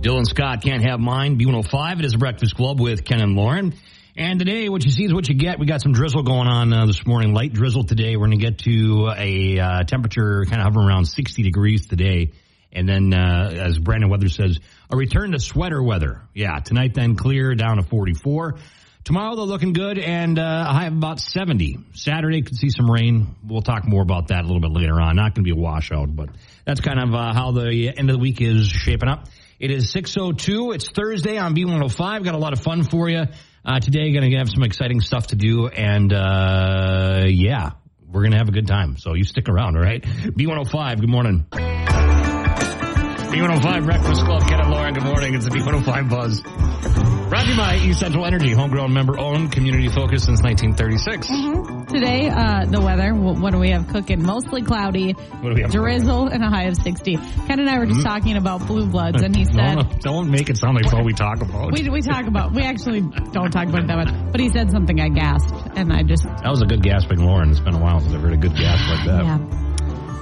Dylan Scott can't have mine. B105, it is Breakfast Club with Ken and Lauren. And today, what you see is what you get. We got some drizzle going on uh, this morning, light drizzle today. We're going to get to a uh, temperature kind of hovering around 60 degrees today. And then, uh, as Brandon Weather says, a return to sweater weather. Yeah, tonight then clear down to 44. Tomorrow they're looking good and uh, a high of about 70. Saturday could see some rain. We'll talk more about that a little bit later on. Not going to be a washout, but that's kind of uh, how the end of the week is shaping up. It is 6.02. It's Thursday on B105. Got a lot of fun for you. Uh, today, going to have some exciting stuff to do. And uh, yeah, we're going to have a good time. So you stick around, all right? B105, good morning. B105 Breakfast Club. Ken and Lauren, good morning. It's the B105 Buzz. Brought to you by East Central Energy, homegrown, member-owned, community-focused since 1936. Mm-hmm. Today, uh, the weather, wh- what do we have cooking? Mostly cloudy, do we have? Mm-hmm. drizzle, and a high of 60. Ken and I were just talking about blue bloods, and he said, Don't, don't make it sound like it's all we talk about. we, we talk about, we actually don't talk about it that much, but he said something I gasped, and I just, that was a good gasping, Lauren. It's been a while since I've heard a good gasp like that. yeah.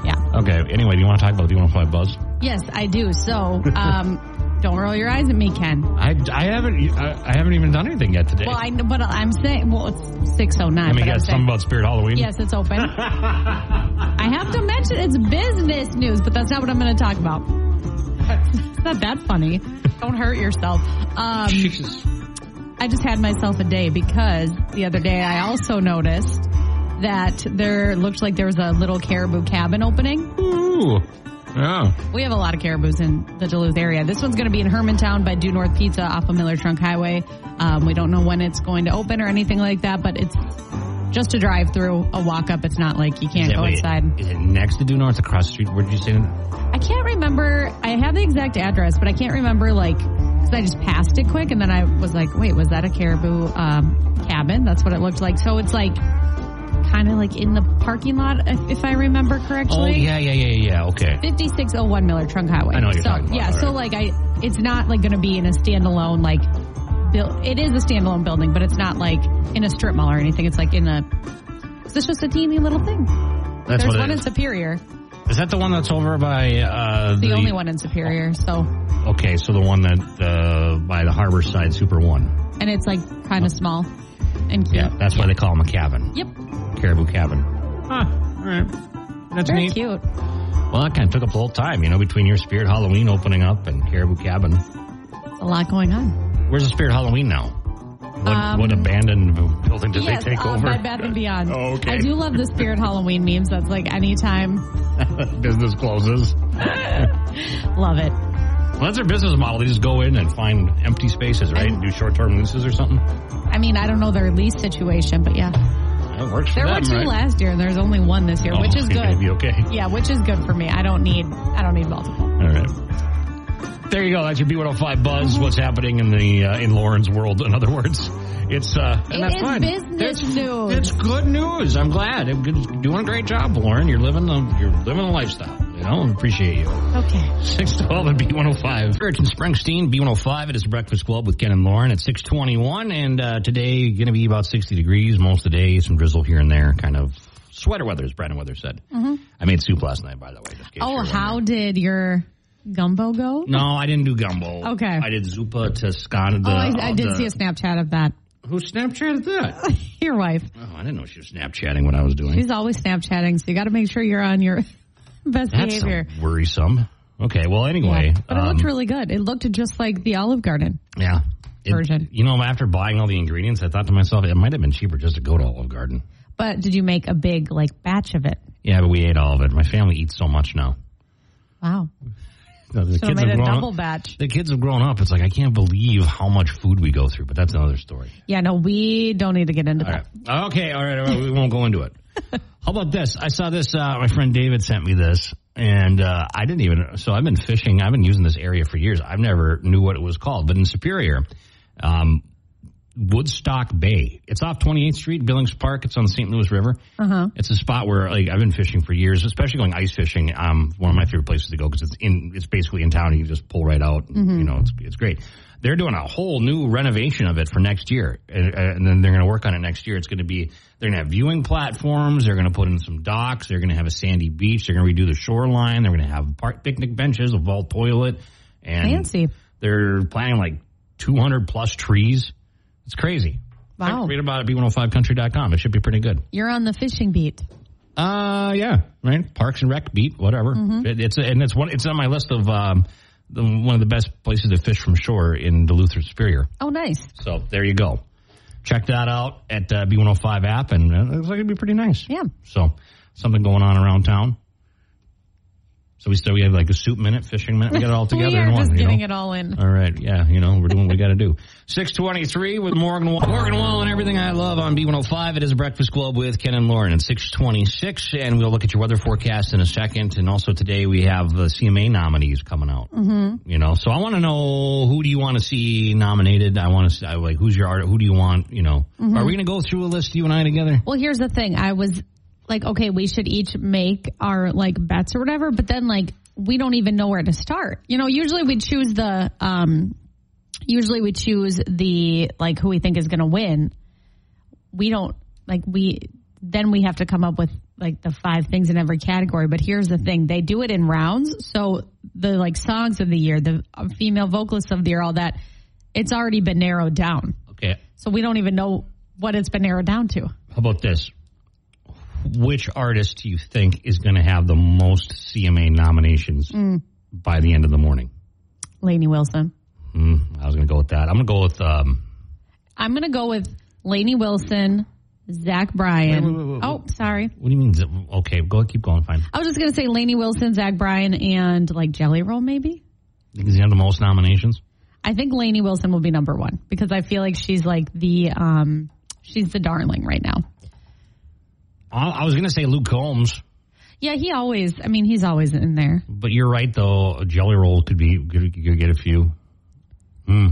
Yeah. Okay, anyway, do you want to talk about B105 Buzz? Yes, I do. So, um, don't roll your eyes at me, Ken. I, I haven't I, I haven't even done anything yet today. Well, I, but I'm saying, well, it's 609. Let me but I'm guess, saying- something about Spirit Halloween? Yes, it's open. I have to mention it's business news, but that's not what I'm going to talk about. It's not that funny. Don't hurt yourself. Um, Jesus. I just had myself a day because the other day I also noticed that there looked like there was a little caribou cabin opening. Ooh. Oh. Yeah. We have a lot of caribous in the Duluth area. This one's going to be in Hermantown by Due North Pizza off of Miller Trunk Highway. Um, we don't know when it's going to open or anything like that, but it's just a drive through, a walk up. It's not like you can't go inside. Is it next to Due North across the street? Where did you say? Oh, I can't remember. I have the exact address, but I can't remember like because I just passed it quick, and then I was like, "Wait, was that a caribou um, cabin? That's what it looked like." So it's like kind of like in the parking lot, if, if I remember correctly. Oh, yeah, yeah, yeah, yeah. Okay. 5601 Miller Trunk Highway. I know what you're so, talking about, Yeah, all so right. like I, it's not like going to be in a standalone like. buil- It is a standalone building, but it's not like in a strip mall or anything. It's like in a. It's just a teeny little thing. That's There's what one it in is. Superior, Is that the one that's over by uh, the only one in Superior. So Okay, so the one that uh, by the harbor side Super One. and it's like kind of small and cute. Yeah, that's why they call them a cabin, Yep. caribou cabin. Huh. All right. That's Very neat. cute. Well, that kind of took up the whole time, you know, between your Spirit Halloween opening up and Caribou Cabin. It's a lot going on. Where's the Spirit Halloween now? What, Um, what abandoned building did yes, they take uh, over? by Bath and Beyond. Oh, okay. I do love the Spirit Halloween memes. That's like anytime. Business closes. Love it. Well, that's their business model. They just go in and find empty spaces, right? And do short-term leases or something. I mean, I don't know their lease situation, but yeah. That works for There them, were two right? last year and there's only one this year, Oh, which is you're gonna good. Be okay. Yeah, which is good for me. I don't need I don't need multiple. All right. There you go. That's your B105 Mm-hmm. buzz. What's happening in the uh, in Lauren's world? In other words, it's uh, and It that's is fine. business That's- news. It's good news. I'm glad. I'm good- doing a great job, Lauren. You're living the you're living a lifestyle. You know, appreciate you. Okay. Six twelve and B one hundred five. Church and Springsteen B one hundred five. It is Breakfast Club with Ken and Lauren at six twenty one, and uh, today going to be about sixty degrees most of the day. Some drizzle here and there, kind of sweater weather, as Brandon Weather said. I made soup last night, by the way. Just in case you Mm-hmm. Oh, were how did your gumbo go? No, I didn't do gumbo. Okay. I did Zupa Toscana. The, oh, I, I did the- see a Snapchat of that. Who Snapchatted that? Your wife. oh, I didn't know she was Snapchatting what I was doing. She's always Snapchatting, so you got to make sure you're on your best That's behavior. worrisome. Okay, well, anyway. Yeah, But it um, looked really good. It looked just like the Olive Garden. yeah. It- version. You know, after buying all the ingredients, I thought to myself, it might have been cheaper just to go to Olive Garden. But did you make a big like batch of it? Yeah, but we ate all of it. My family eats so much now. Wow. The the So I kids made have a grown double up. batch. The kids have grown up. It's like I can't believe how much food we go through, but that's another story. Yeah, no, we don't need to get into All that. right. Okay. All right. All right we won't go into it. How about this? I saw this. Uh, my friend David sent me this, and uh, I didn't even. So I've been fishing. I've been using this area for years. I've never knew what it was called, but in Superior, um, Woodstock Bay. It's off 28th Street, Billings Park. It's on the St. Louis River. Uh-huh. It's a spot where like I've been fishing for years, especially going ice fishing. Um, one of my favorite places to go because it's in. It's basically in town. You just pull right out. And, You know, it's it's great. They're doing a whole new renovation of it for next year, and, and then they're going to work on it next year. It's going to be they're going to have viewing platforms. They're going to put in some docks. They're going to have a sandy beach. They're going to redo the shoreline. They're going to have park picnic benches, a vault toilet, and Fancy. They're planting like 200 plus trees. It's crazy. Wow. Read about it at b105country.com. It should be pretty good. You're on the fishing beat. Uh, yeah, right. Parks and Rec beat whatever. It, it's and it's one. It's on my list of um, the, one of the best places to fish from shore in Duluth or Superior. Oh, nice. So there you go. Check that out at uh, B105 app, and uh, it looks like it'd be pretty nice. Yeah. So something going on around town. So we still we have like a soup minute, fishing minute. We got it all together we are in one. just you know? getting it all in. All right, yeah, you know, we're doing what we got to do. 623 with Morgan Wall. Morgan Wall and everything I love on B105. It is Breakfast Club with Ken and Lauren at 626, and we'll look at your weather forecast in a second. And also today we have the CMA nominees coming out. Mm-hmm. You know, so I want to know who do you want to see nominated? I want to see, I, like, who's your artist? Who do you want, you know? Are we going to go through a list, you and I, together? Well, here's the thing. I was like, okay, we should each make our like bets or whatever, but then like we don't even know where to start. You know, usually we choose the um usually we choose the like who we think is going to win. We don't like we then we have to come up with like the five things in every category, but here's the thing. They do it in rounds, so the like songs of the year, the uh, female vocalists of the year, all that it's already been narrowed down. Okay, So we don't even know what it's been narrowed down to. how about this? Which artist do you think is going to have the most CMA nominations by the end of the morning? Lainey Wilson. Mm, I was going to go with that. I'm going to go with. Um, I'm gonna go with Lainey Wilson, Zach Bryan. Wait, wait, wait, wait. Oh, sorry. what do you mean? z- Okay, go keep going. Fine. I was just gonna say Lainey Wilson, Zach Bryan, and like Jelly Roll maybe. Does he have the most nominations? I think Lainey Wilson will be number one because I feel like she's like the um she's the darling right now. I, I was going to say Luke Combs, Yeah, he always I mean he's always in there. but you're right though. Jelly Roll could be could, could get a few. Hmm.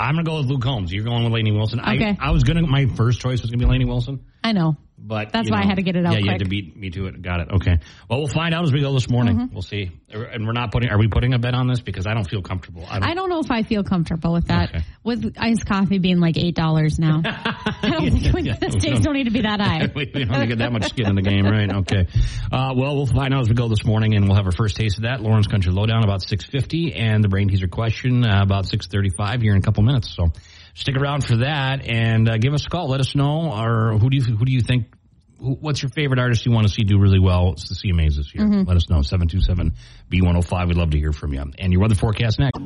I'm going to go with Luke Combs. You're going with Laney Wilson. Okay. I, I was going to. My first choice was going to be Laney Wilson. I know. But That's you why I had to get it out Yeah, you had quick. to beat me to it. Got it. Okay. Well, we'll find out as we go this morning. Mm-hmm. We'll see. And we're not putting. Are we putting a bet on this? Because I don't feel comfortable. I don't, I don't know if I feel comfortable with that. Okay. With iced coffee being like eight dollars now. I don't think we, Yeah, the we stakes don't- don't need to be that high. we, we don't want to get that much skin in the game, right? Okay. Uh, well, we'll find out as we go this morning, and we'll have our first taste of that. Lawrence Country Lowdown about 6.50, and the Brain Teaser question uh, about 6.35 here in a couple minutes. So stick around for that, and uh, give us a call. Let us know, or who do you, who do you think, who, what's your favorite artist you want to see do really well at the CMAs this year? Let us know, 727-B105. We'd love to hear from you. And your weather forecast next.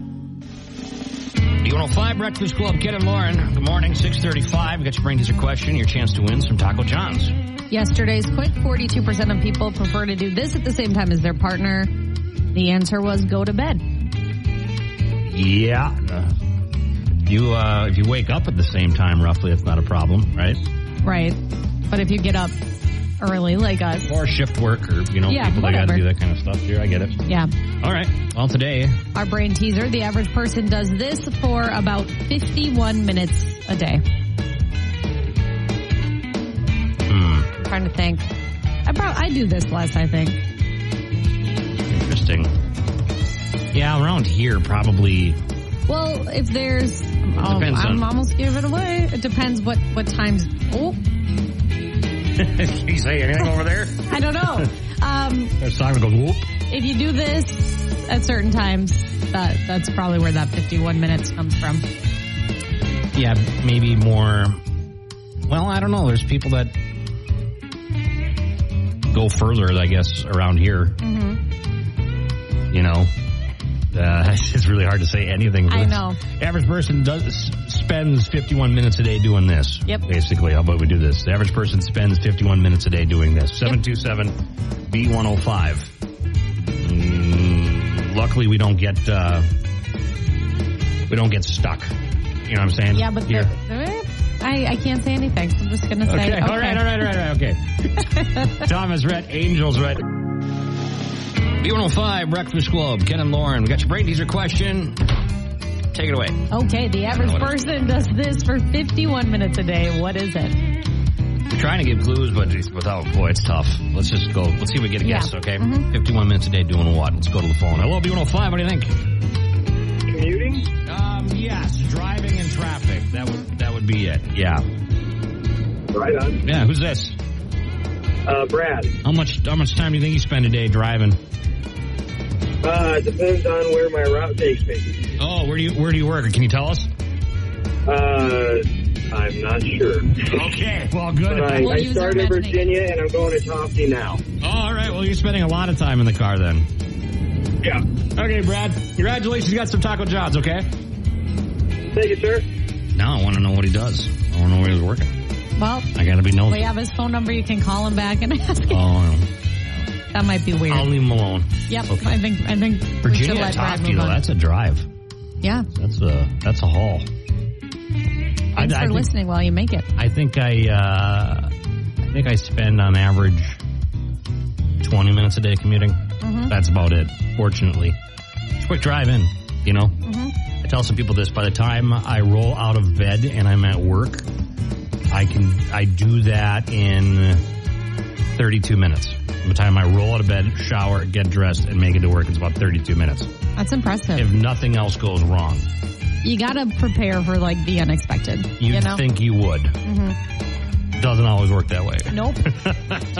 B105 Breakfast Club, Ken and Lauren. Good morning, 635. We got your brain teaser question, your chance to win some Taco John's. Yesterday's quick 42% of people prefer to do this at the same time as their partner. The answer was go to bed. Yeah. you, uh, if you wake up at the same time, roughly, that's not a problem, right? Right. But if you get up early like us, Or shift work, or, you know, Yeah, people that got to whatever. do that kind of stuff here. I get it. yeah. All right. Well, today, Our brain teaser, the average person does this for about 51 minutes a day. hmm, I'm trying to think. I prob- I do this less, I think. interesting. Yeah, around here, probably. Well, if there's, oh, Depends I'm on- almost giving it away. It depends what what times. Oh, Can you say anything over there? I don't know. um, There's Simon goes, whoop. if you do this at certain times, that that's probably where that 51 minutes comes from. Yeah, maybe more. Well, I don't know. There's people that go further, I guess, around here. Mm-hmm. Mm-hmm. You know, uh, it's really hard to say anything. I know. Average person does s- spends 51 minutes a day doing this. Yep. Basically, how about we do this? The average person spends 51 minutes a day doing this. Seven two seven B one zero five. Luckily, we don't get uh, we don't get stuck. You know what I'm saying? Yeah, but Here. there, there- I I can't say anything. So I'm just gonna say. Okay. All right. All right. All right. All right. Okay. Thomas Rhett, Angels Rhett. B105 Breakfast Club, Ken and Lauren. We got your brain teaser question. Take it away. Okay, the average I don't know what person does this for 51 minutes a day. What is it? We're trying to give clues, but it's- without, boy, it's tough. Let's just go. Let's see if we get a Yeah. guess, okay? 51 minutes a day doing what? Let's go to the phone. Hello, B105. What do you think? Commuting? Um, yes, driving in traffic. That would, that would be it. Yeah. Right on. Yeah. Who's this? Uh, Brad, How much, how much time do you think you spend a day driving? Uh, it depends on where my route takes me. Oh, where do you where do you work? Can you tell us? Uh, I'm not sure. Okay. Well, good. But I, We'll I use our started in imagination. Virginia and I'm going to Tofty now. Oh, all right. Well, you're spending a lot of time in the car then. Yeah. Okay, Brad. Congratulations. You got some Taco Johns, okay? Thank you, sir. Now I want to know what he does. I want to know where he's working. Well, I got to be we nosy. have his phone number. You can call him back and ask. him. Oh, That might be weird. I'll leave him alone. yep. okay. I think I think we should Virginia let Brad Tofty, move though, on. that's a drive. yeah. That's a that's a haul. I, Thanks I for think, listening while you make it. I think I uh, I think I spend on average twenty minutes a day commuting. Mm-hmm. That's about it. Fortunately, it's a quick drive in. You know, Mm-hmm. I tell some people this. By the time I roll out of bed and I'm at work, I can I do that in thirty two minutes. By the time I roll out of bed, shower, get dressed, and make it to work, it's about thirty two minutes. That's impressive. If nothing else goes wrong, you got to prepare for like the unexpected. you'd You know? Mm-hmm. think you would. Doesn't always work that way. nope.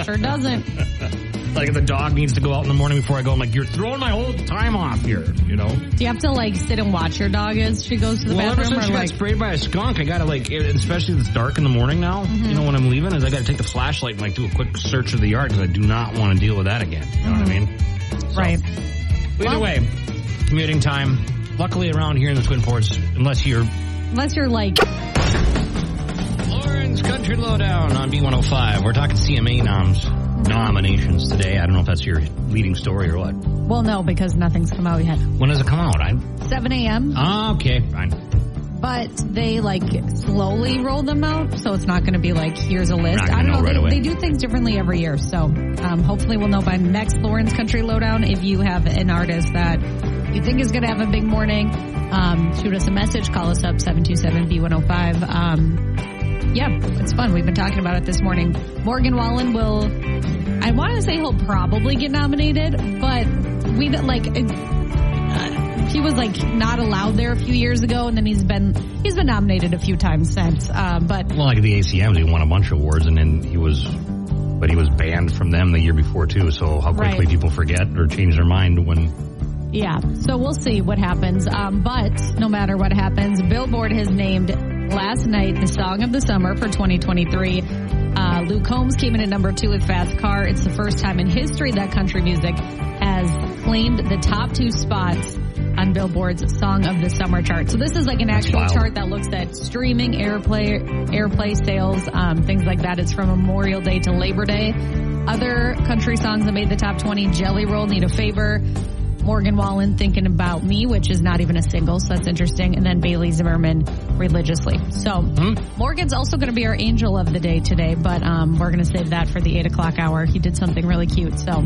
sure doesn't. Like if the dog needs to go out in the morning before I go, I'm like, you're throwing my whole time off here, you know? Do you have to like sit and watch your dog as she goes to the Well, ever bathroom, since she or got like sprayed by a skunk, I gotta like, it- especially if it's dark in the morning now, Mm-hmm. you know, when I'm leaving, is I gotta take the flashlight and like do a quick search of the yard because I do not want to deal with that again. You know what I mean? right? Either Mm-hmm. Well- way, commuting time. Luckily around here in the Twin Ports, unless you're Unless you're like Lauren's Country Lowdown on B105. We're talking CMA noms, nominations today. I don't know if that's your leading story or what. Well, no, because nothing's come out yet. When does it come out? I 7 a.m., ah, okay, fine. but they like slowly roll them out, so it's not going to be like, here's a list. Not gonna I don't know know. right they, away. they do things differently every year, so um, hopefully we'll know by next Lauren's Country Lowdown if you have an artist that you think is going to have a big morning. Um, shoot us a message, call us up 727 B105. Um, yeah, it's fun. We've been talking about it this morning. Morgan Wallen will I want to say he'll probably get nominated, but we like uh, he was like not allowed there a few years ago, and then he's been he's been nominated a few times since. Um, but Well, like the ACMs, he won a bunch of awards, and then he was, but he was banned from them the year before too. So how quickly Right. people forget or change their mind when yeah, so we'll see what happens. Um, but no matter what happens, Billboard has named last night the song of the summer for 2023. Uh, Luke Combs came in at number two with Fast Car. It's the first time in history that country music has claimed the top two spots on Billboard's Song of the Summer chart. So this is like an actual wild. chart that looks at streaming, airplay, airplay sales, um, things like that. It's from Memorial Day to Labor Day. Other country songs that made the top 20, Jelly Roll, Need a Favor, Morgan Wallen, Thinking About Me, which is not even a single, so that's interesting. And then Bailey Zimmerman, Religiously. So Mm-hmm. Morgan's also going to be our angel of the day today, but um, we're going to save that for the 8 o'clock hour. He did something really cute, so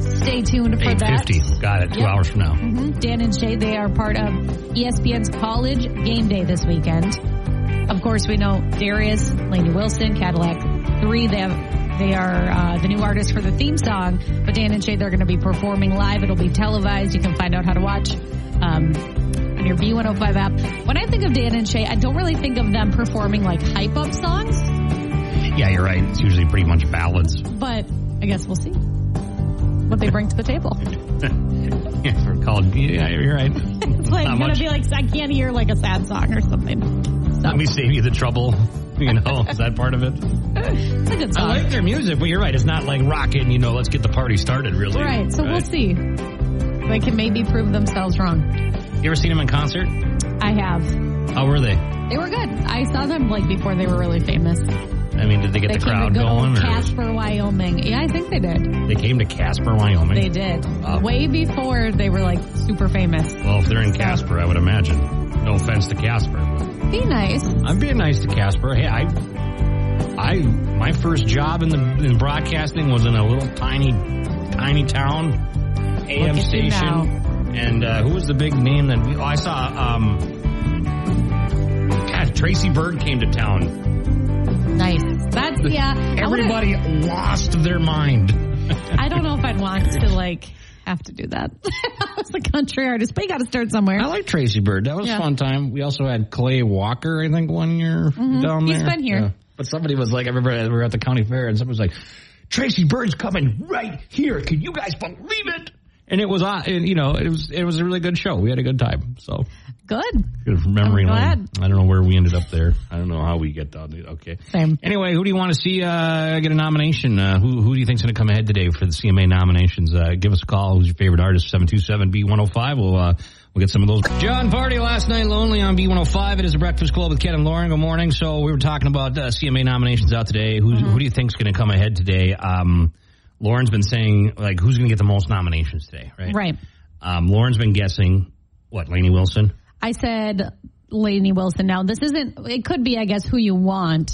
stay tuned for eight that. fifty. Got it. Two Yep. hours from now. Mhm. Dan and Shay, they are part of E ESPN's college game day this weekend. Of course, we know Darius, Laney Wilson, Cadillac 3, they have, they are uh, the new artists for the theme song, but Dan and Shay, they're going to be performing live. It'll be televised. You can find out how to watch. Um, on your B105 app. When I think of Dan and Shay, I don't really think of them performing like hype up songs, Yeah, you're right. It's usually pretty much ballads. but I guess we'll see what they bring to the table. Yeah, for called. Yeah, you're right. It's like Not going much. to be like, I can't hear like a sad song or something. So. Let me save you the trouble. You know, is that part of it? It's a good I song. like their music, but you're right. It's not like rocking. You know, let's get the party started. Really, right. So we'll see. They can maybe prove themselves wrong. You ever seen them in concert? I have. How were they? They were good. I saw them like before they were really famous. I mean, did they get they the came crowd to good old going? Or Casper, Wyoming. Yeah, I think they did. they came to Casper, Wyoming. They did. Wow. Way before they were like super famous. Well, if they're in Casper, I would imagine. No offense to Casper. but- Be nice. I'm being nice to Casper. Hey, I, I, my first job in the in broadcasting was in a little tiny, tiny town, AM at you now. station. And uh, who was the big name that we, oh, I saw? Um, God, Tracy Bird came to town. Nice. That's yeah. I wouldn't- Everybody lost their mind. I don't know if I'd want to like have to do that. I was a country artist, but you got to start somewhere. I like Tracy Bird. That was Yeah. a fun time. We also had Clay Walker, I think, one year down there. Mm-hmm. He's been here. But somebody was like, everybody, we were at the county fair, and somebody was like, Tracy Bird's coming right here. Can you guys believe it? and it was uh, and, you know it was it was a really good show. We had a good time. So Good. good from memory I'm lane. glad. I don't know where we ended up there. I don't know how we get down. there. Okay. Same. Anyway, who do you want to see uh, get a nomination? Uh, who who do you think's going to come ahead today for the CMA nominations? Uh, give us a call. Who's your favorite artist? 727B105. We'll uh, we'll get some of those. John Party last night lonely on B105. It is a Breakfast Club with Ken and Lauren. Good morning. So we were talking about uh, CMA nominations out today. Who who do you think's going to come ahead today? Um, Lauren's been saying like who's going to get the most nominations today, right? Right. Um, Lauren's been guessing what Lainey Wilson. I said Lainey Wilson. Now, this isn't, it could be, I guess, who you want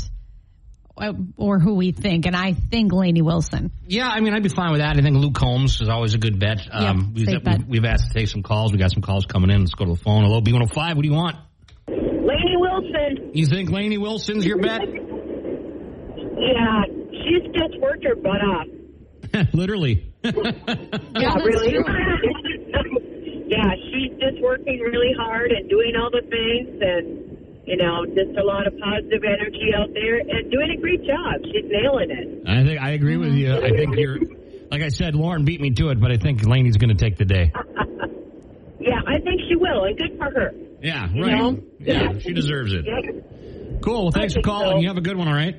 uh, or who we think. And I think Lainey Wilson. Yeah, I mean, I'd be fine with that. I think Luke Combs is always a good bet. Um, safe we've, bet. We've, we've asked to take some calls. We got some calls coming in. Let's go to the phone. Hello, B105. What do you want? Lainey Wilson. You think Laney Wilson's your bet? Yeah, she's just worked her butt off. Literally. Yeah, that's really. true. yeah, she's just working really hard and doing all the things and, you know, just a lot of positive energy out there and doing a great job. She's nailing it. I think I agree with you. I think you're, like I said, Lauren beat me to it, but I think Laney's going to take the day. Yeah, I think she will, and good for her. Yeah, You right. know? Yeah, she deserves it. Yep. Cool. Well, thanks for I think calling. so. You have a good one, all right?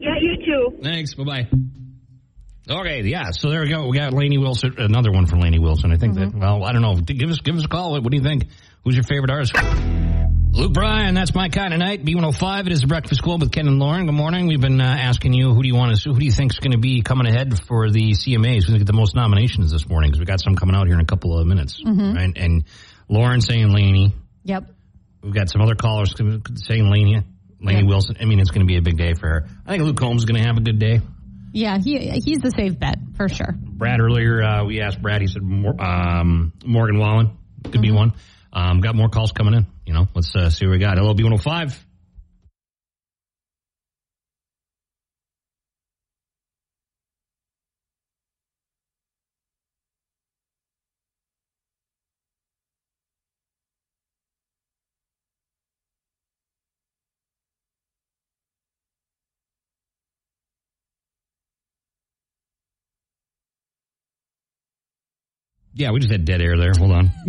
Yeah, you too. Thanks. Bye bye. Okay, yeah. So there we go. We got Laney Wilson. Another one from Laney Wilson. I think that. Well, I don't know. Give us give us a call. What do you think? Who's your favorite artist? Luke Bryan. That's my kind of night. B one hundred five. It is the Breakfast Club with Ken and Lauren. Good morning. We've been uh, asking you who do you want to who do you think's going to be coming ahead for the CMAs? Who's going to get the most nominations this morning? Because we got some coming out here in a couple of minutes. Right? And Lauren saying Laney. Yep. We've got some other callers saying Laney. Laney Yeah. Wilson. I mean, it's going to be a big day for her. I think Luke Combs is going to have a good day. Yeah, he he's the safe bet for sure. Brad earlier, uh, we asked Brad. He said Mor- um, Morgan Wallen could be one. Um, got more calls coming in. You know, let's uh, see what we got. Hello, B one hundred five. Yeah, we just had dead air there. Hold on.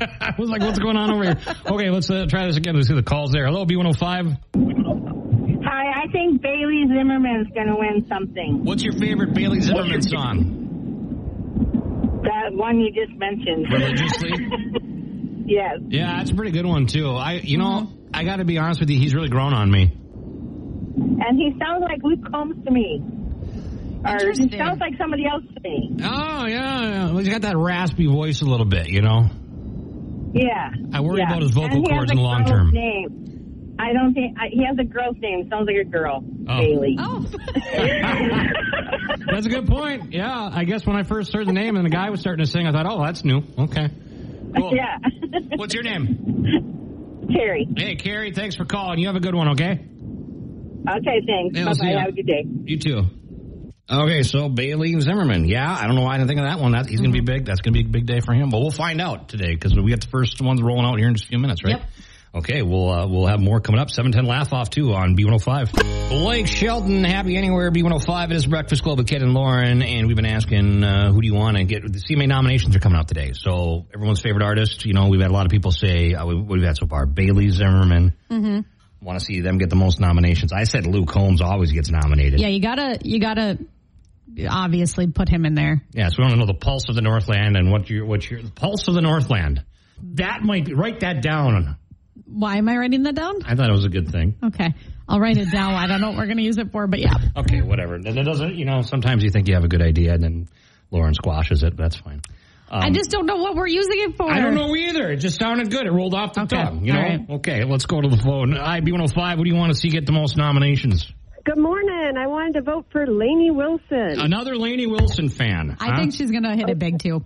I was like, what's going on over here? Okay, let's uh, try this again. Let's see the calls there. Hello, B one hundred five. Hi, I think Bailey Zimmerman's going to win something. What's your favorite Bailey Zimmerman song? That one you just mentioned. Religiously. yes. Yeah, that's a pretty good one too. I, you know, I got to be honest with you. He's really grown on me. And he sounds like Luke Combs to me. Or Interesting. he sounds like somebody else to me. Oh yeah, yeah. Well, he's got that raspy voice a little bit. You know. Yeah. I worry yeah. about his vocal And he has cords a in the long girl's term. Name. I don't think I, he has a girl's name. Sounds like a girl. Oh. Bailey. Oh, That's a good point. Yeah, I guess when I first heard the name and the guy was starting to sing, I thought, oh, that's new. Okay. Cool. Yeah. What's your name? Terry. Hey, Carrie, thanks for calling. You have a good one, okay? Okay, thanks. Yeah, I'll Bye see bye. ya. Have a good day. You too. Okay, so Bailey Zimmerman. Yeah, I don't know why I didn't think of that one. That, he's going to be big. That's going to be a big day for him. But we'll find out today because we got the first ones rolling out here in just a few minutes, right? Yep. Okay, we'll uh, we'll have more coming up. Seven ten laugh off too on B one hundred five. Blake Shelton, happy anywhere B one hundred five. It is Breakfast Club with Kid and Lauren, and we've been asking uh, who do you want to get. The CMA nominations are coming out today, so everyone's favorite artist. You know, we've had a lot of people say uh, we- what we've had so far. Bailey Zimmerman. Want to see them get the most nominations? I said Luke Holmes always gets nominated. yeah. You gotta you gotta obviously put him in there. Yeah, so we want to know the pulse of the Northland and what your what your the pulse of the Northland. That might be, write that down. Why am I writing that down? I thought it was a good thing. Okay, I'll write it down. I don't know what we're gonna use it for, but yeah. Okay, whatever. Then it doesn't. You know, sometimes you think you have a good idea, and then Lauren squashes it. That's fine. I just don't know what we're using it for. I don't know either. It just sounded good. It rolled off the Okay, tongue. You know. all right. Okay, let's go to the phone. IB one hundred five. What do you want to see get the most nominations? Good morning. I wanted to vote for Lainey Wilson. Another Laney Wilson fan. I huh? think she's gonna hit it big too.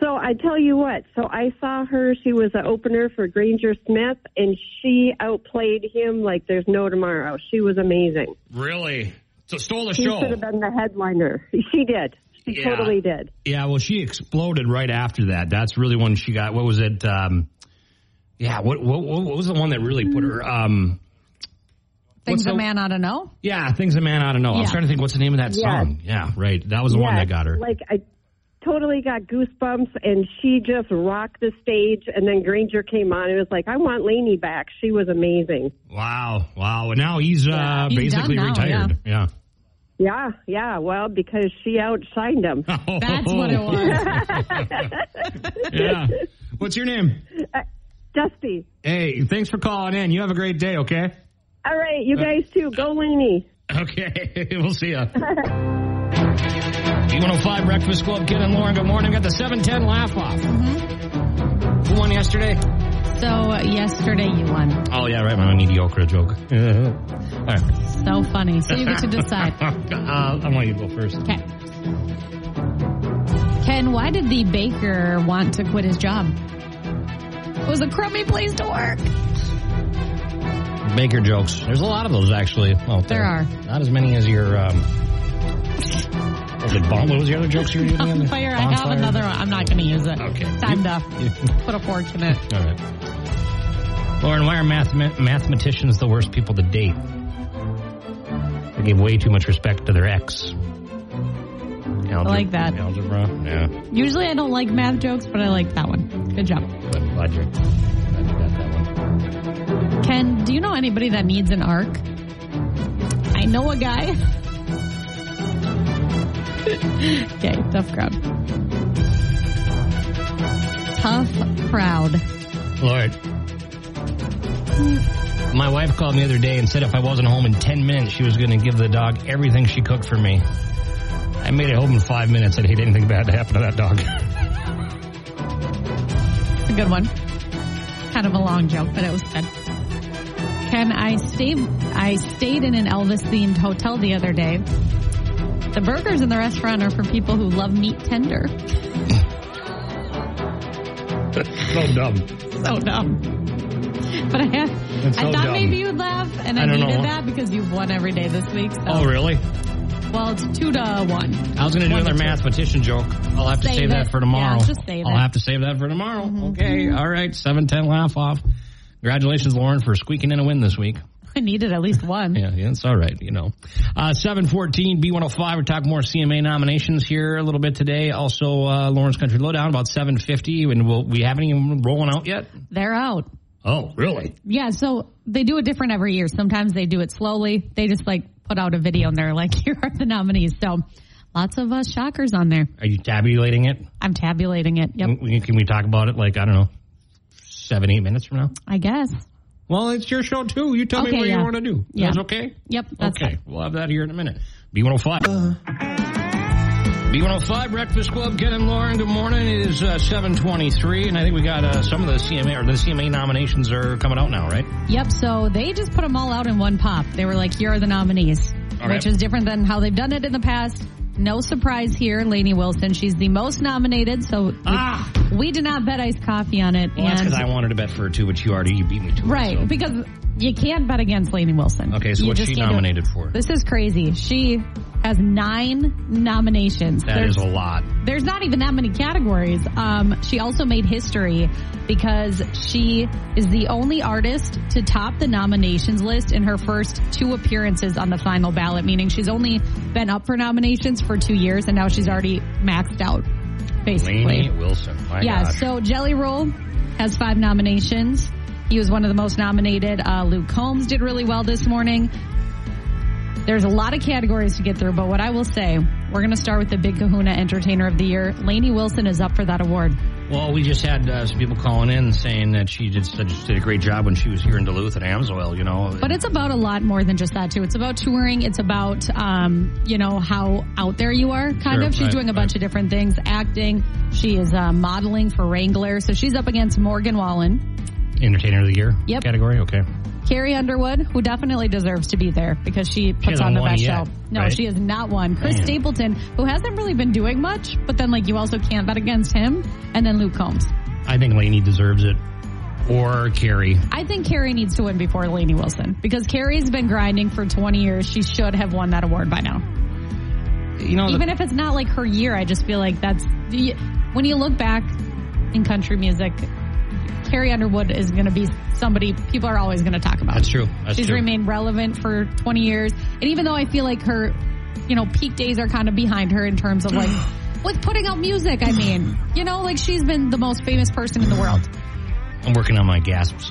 so I tell you what. So I saw her. She was an opener for Granger Smith, and she outplayed him like there's no tomorrow. She was amazing. really so stole the She show. should have been the headliner. She did. She Yeah. totally did. Yeah, well, she exploded right after that. That's really when she got. What was it? Um, yeah, what, what what was the one that really put her? Um, Things What's a the- man ought to know. yeah, things a man ought to know. I'm Yeah. trying to think what's the name of that Yeah. song. Yeah, right. That was the one Yeah, that got her. Like I, totally got goosebumps, and she just rocked the stage. And then Granger came on and was like, "I want Lainey back. She was amazing." Wow, wow. And now he's uh, He's basically done now, retired. Yeah. Yeah, yeah. Well, because she outshined him. That's what it was. yeah. What's your name? Dusty. Hey, thanks for calling in. You have a great day, okay? All right, Uh, you guys too. Go Lainey. Okay, we'll see ya. B105 Breakfast Club, Ken and Lauren, good morning. We got the 710 laugh off. Who won yesterday? So uh, yesterday you won. Oh, yeah, right. My mediocre joke. All right. So funny. So you get to decide. Uh, I want you to go first. Okay. Ken, why did the baker want to quit his job? It was a crummy place to work. Baker jokes. There's a lot of those, actually. Out there, There are. Not as many as your. Um, was it bomb? What was the other jokes you were using? on there? Bonfire. I have Bonfire? another one. I'm not going to use it. Okay. Time to put a fork in it. All right. Lauren, why are mathemat- mathematicians the worst people to date? They give way too much respect to their ex. Algebra, like that. Algebra. Yeah. Usually I don't like math jokes, but I like that one. Good job. But glad you, glad you got that one. Ken, do you know anybody that needs an arc? I know a guy. okay, tough crowd. Tough crowd. Lord. My wife called me the other day and said if I wasn't home in 10 minutes, she was going to give the dog everything she cooked for me. I made it home in five minutes and hate anything bad to happen to that dog. It's a good one. Kind of a long joke, but it was good. Ken, I stayed I stayed in an Elvis themed hotel the other day. The burgers in the restaurant are for people who love meat tender. so dumb. so dumb. But I have, That's I so thought dumb. maybe you'd laugh, and I, I don't needed know. that because you've won every day this week. So. Oh, really? Well, it's two to one. I was going to do One another to two. mathematician joke. I'll have to save, Save that it. for tomorrow. Yeah, just save I'll it. Mm-hmm. have to save that for tomorrow. Okay. All right. 710 laugh off. Congratulations, Lauren, for squeaking in a win this week. I needed at least one. Yeah, yeah, it's all right, you know. Uh, 714 B105, we talk more CMA nominations here a little bit today. Also, uh, Lawrence Country Lowdown about 750, and we'll, we haven't even rolling out yet. They're out. Oh, really? Yeah, so they do it different every year. Sometimes they do it slowly. They just like put out a video and they're like, here are the nominees. So lots of uh, shockers on there. Are you tabulating it? I'm tabulating it. Yep, We- Can we talk about it like, I don't know, seven, eight minutes from now? I guess. Well, it's your show too. You tell me Okay, what you yeah. want to do. Yeah. That's okay? Yep, that's okay, we'll have that here in a minute. B105. B105 Breakfast Club, Ken and Lauren, good morning. It is uh, 723, and I think we got uh, some of the CMA, or the CMA nominations are coming out now, right? Yep. So they just put them all out in one pop. They were like, here are the nominees, All right. which is different than how they've done it in the past. No surprise here, Lainey Wilson. She's the most nominated, so we, Ah! we did not bet iced coffee on it. Well, that's and because I wanted to bet for her too, but you already you beat me to right, it. so- because you can't bet against Lainey Wilson. Okay, so You what's just she can't do it. nominated for? This is crazy. She has nine nominations. That There's- is a lot. there's not even that many categories. Um, she also made history because she is the only artist to top the nominations list in her first two appearances on the final ballot, meaning she's only been up for nominations for two years and now she's already maxed out, basically. Lainey Wilson. My yeah, gosh. so Jelly Roll has five nominations. He was one of the most nominated. Uh, Luke Combs did really well this morning. There's a lot of categories to get through, but what I will say, we're going to start with the Big Kahuna Entertainer of the Year. Lainey Wilson is up for that award. Well, we just had uh, some people calling in saying that she did such did a great job when she was here in Duluth and Amsoil. You know, But it's about a lot more than just that, too. It's about touring. It's about, um, you know, how out there you are, kind Sure, of. She's right, doing a bunch right. of different things, acting. She is uh, modeling for Wrangler. So she's up against Morgan Wallen. entertainer of the year Yep. category. Okay, Carrie Underwood, who definitely deserves to be there because she puts hasn't on the won best yet, show. No, right? she has not won. Chris Man. Stapleton, who hasn't really been doing much, but then like you also can't bet against him, and then Luke Combs. I think Lainey deserves it, or Carrie. I think Carrie needs to win before Lainey Wilson because Carrie's been grinding for 20 years. She should have won that award by now. You know, the- Even if it's not like her year, I just feel like that's the- when you look back in country music, Carrie Underwood is going to be somebody people are always going to talk about. that's true. That's She's true. remained relevant for 20 years. And even though I feel like her, you know, peak days are kind of behind her in terms of like with putting out music. I mean, you know, like she's been the most famous person in the world. I'm working on my gasps.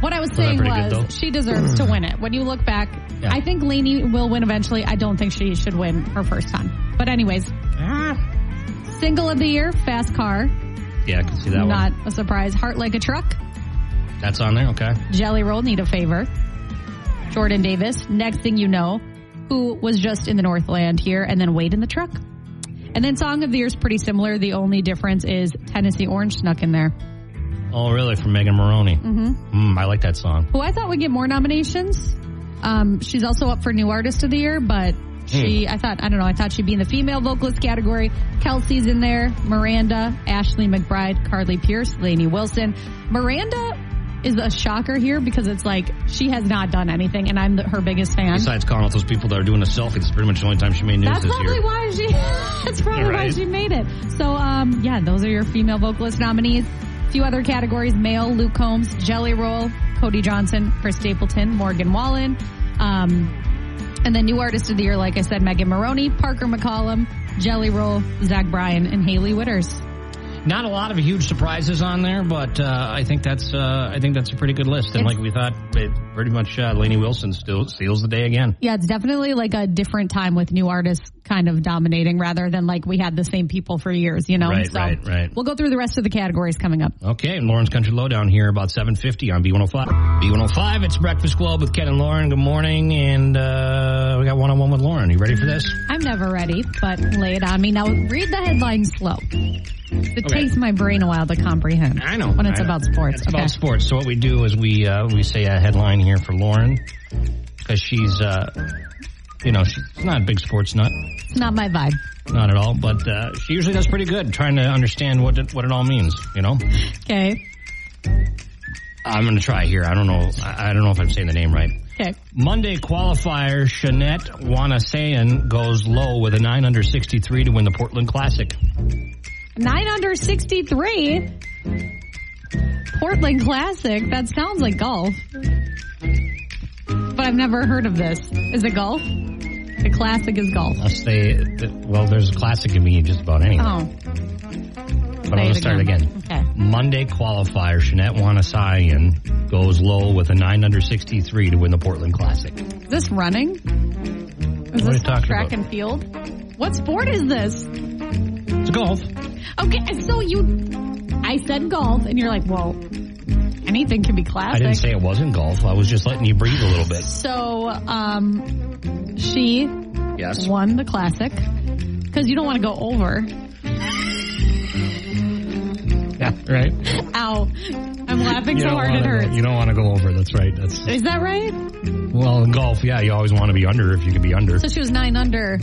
What I was that saying pretty good, was though? she deserves to win it. When you look back, Yeah. I think Lainey will win eventually. I don't think she should win her first time. But anyways, Ah. single of the year, fast car, Yeah, I can see that not a surprise. Heart like a truck, one. That's on there. Okay. Jelly Roll need a favor. Jordan Davis, next thing you know, who was just in the Northland here, and then Wade in the truck. And then song of the year is pretty similar. The only difference is Tennessee Orange snuck in there. Oh, really? From Megan Maroney. Mm-hmm. Mm, I like that song. who I thought would get more nominations. Um, she's also up for New Artist of the Year, but she, I thought, I don't know, I thought she'd be in the female vocalist category. Kelsey's in there, Miranda, Ashley McBride, Carly Pierce, Lainey Wilson. Miranda is a shocker here because it's like she has not done anything, and I'm the, her biggest fan. Besides calling out those people that are doing a selfie, it's pretty much the only time she made news That's this probably year. why she. that's probably why Right. she made it. So, um, yeah, those are your female vocalist nominees. A few other categories: male, Luke Combs, Jelly Roll, Cody Johnson, Chris Stapleton, Morgan Wallen, um, and then new artist of the year, like I said, Megan Maroney, Parker McCollum, Jelly Roll, Zach Bryan, and Haley Witters. Not a lot of huge surprises on there, but uh, I think that's uh, I think that's a pretty good list. And It's- like we thought, it pretty much uh, Lainey Wilson still steals the day again. Yeah, it's definitely like a different time with new artists kind of dominating rather than like we had the same people for years, you know? Right, right, right. We'll go through the rest of the categories coming up. Okay, and Lauren's Country Lowdown here about 750 on B105. B105, it's Breakfast Club with Ken and Lauren. Good morning, and uh, we got one-on-one with Lauren. You ready for this? I'm never ready, but lay it on me. Now read the headline slow. It takes my brain a while to comprehend. I know. When it's I know. about sports. It's okay. about sports. So what we do is we uh, we say a headline here for Lauren because she's, uh, you know, she's not a big sports nut, It's not my vibe. not at all. But uh, she usually does pretty good trying to understand what it, what it all means. You know, Okay. I'm going to try here. I don't know. I I don't know if I'm saying the name right. Okay. Monday qualifier Shanette Wanasayan goes low with a 9 under 63 to win the Portland Classic. Nine under sixty-three. Portland Classic. That sounds like golf, but I've never heard of this. Is it golf? The classic is golf. Unless they, th- well, there's a classic in me just about anything. Oh, but I'm going to start again. Okay. Monday qualifier Shanette Wanasayan goes low with a 9 under 63 to win the Portland Classic. Is this running? Is What are you this talking track about? and field? What sport is this? It's golf. Okay, so you, I said golf, and you're like, well, anything can be I classic. didn't say it wasn't golf. I was just letting you breathe a little bit. so, um, she Yes. won the classic because you don't want to go over. Yeah, right. Ow, I'm laughing so hard it hurts. you don't want to go over. That's right. That's Is that right? well in golf. Yeah, you always want to be under if you can be under. So she was nine under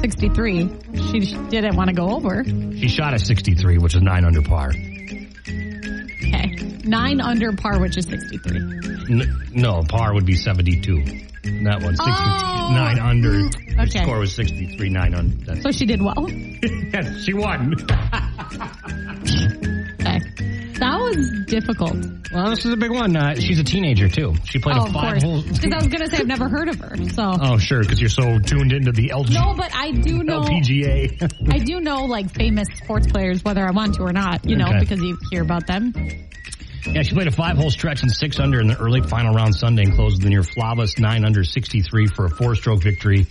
63. She sh- didn't want to go over. She shot a 63, which is nine under par. Okay, nine under par, which is 63. N- no, par would be 72. That one, 63, Oh. nine under. Mm, Her okay. score was 63, nine under. That's, So she did well. yes, she won. Okay, that was difficult. Well, this is a big one. Uh, she's a teenager too. She played Oh, a of five course. hole. Because I was gonna say I've never heard of her. So Oh, sure, because you're so tuned into the LG, no, but I do know. LPGA. I do know like famous sports players, whether I want to or not, you know, Okay. because you hear about them. yeah, she played a five hole stretch and six under in the early final round Sunday and closed the near flawless nine under 63 for a four stroke victory.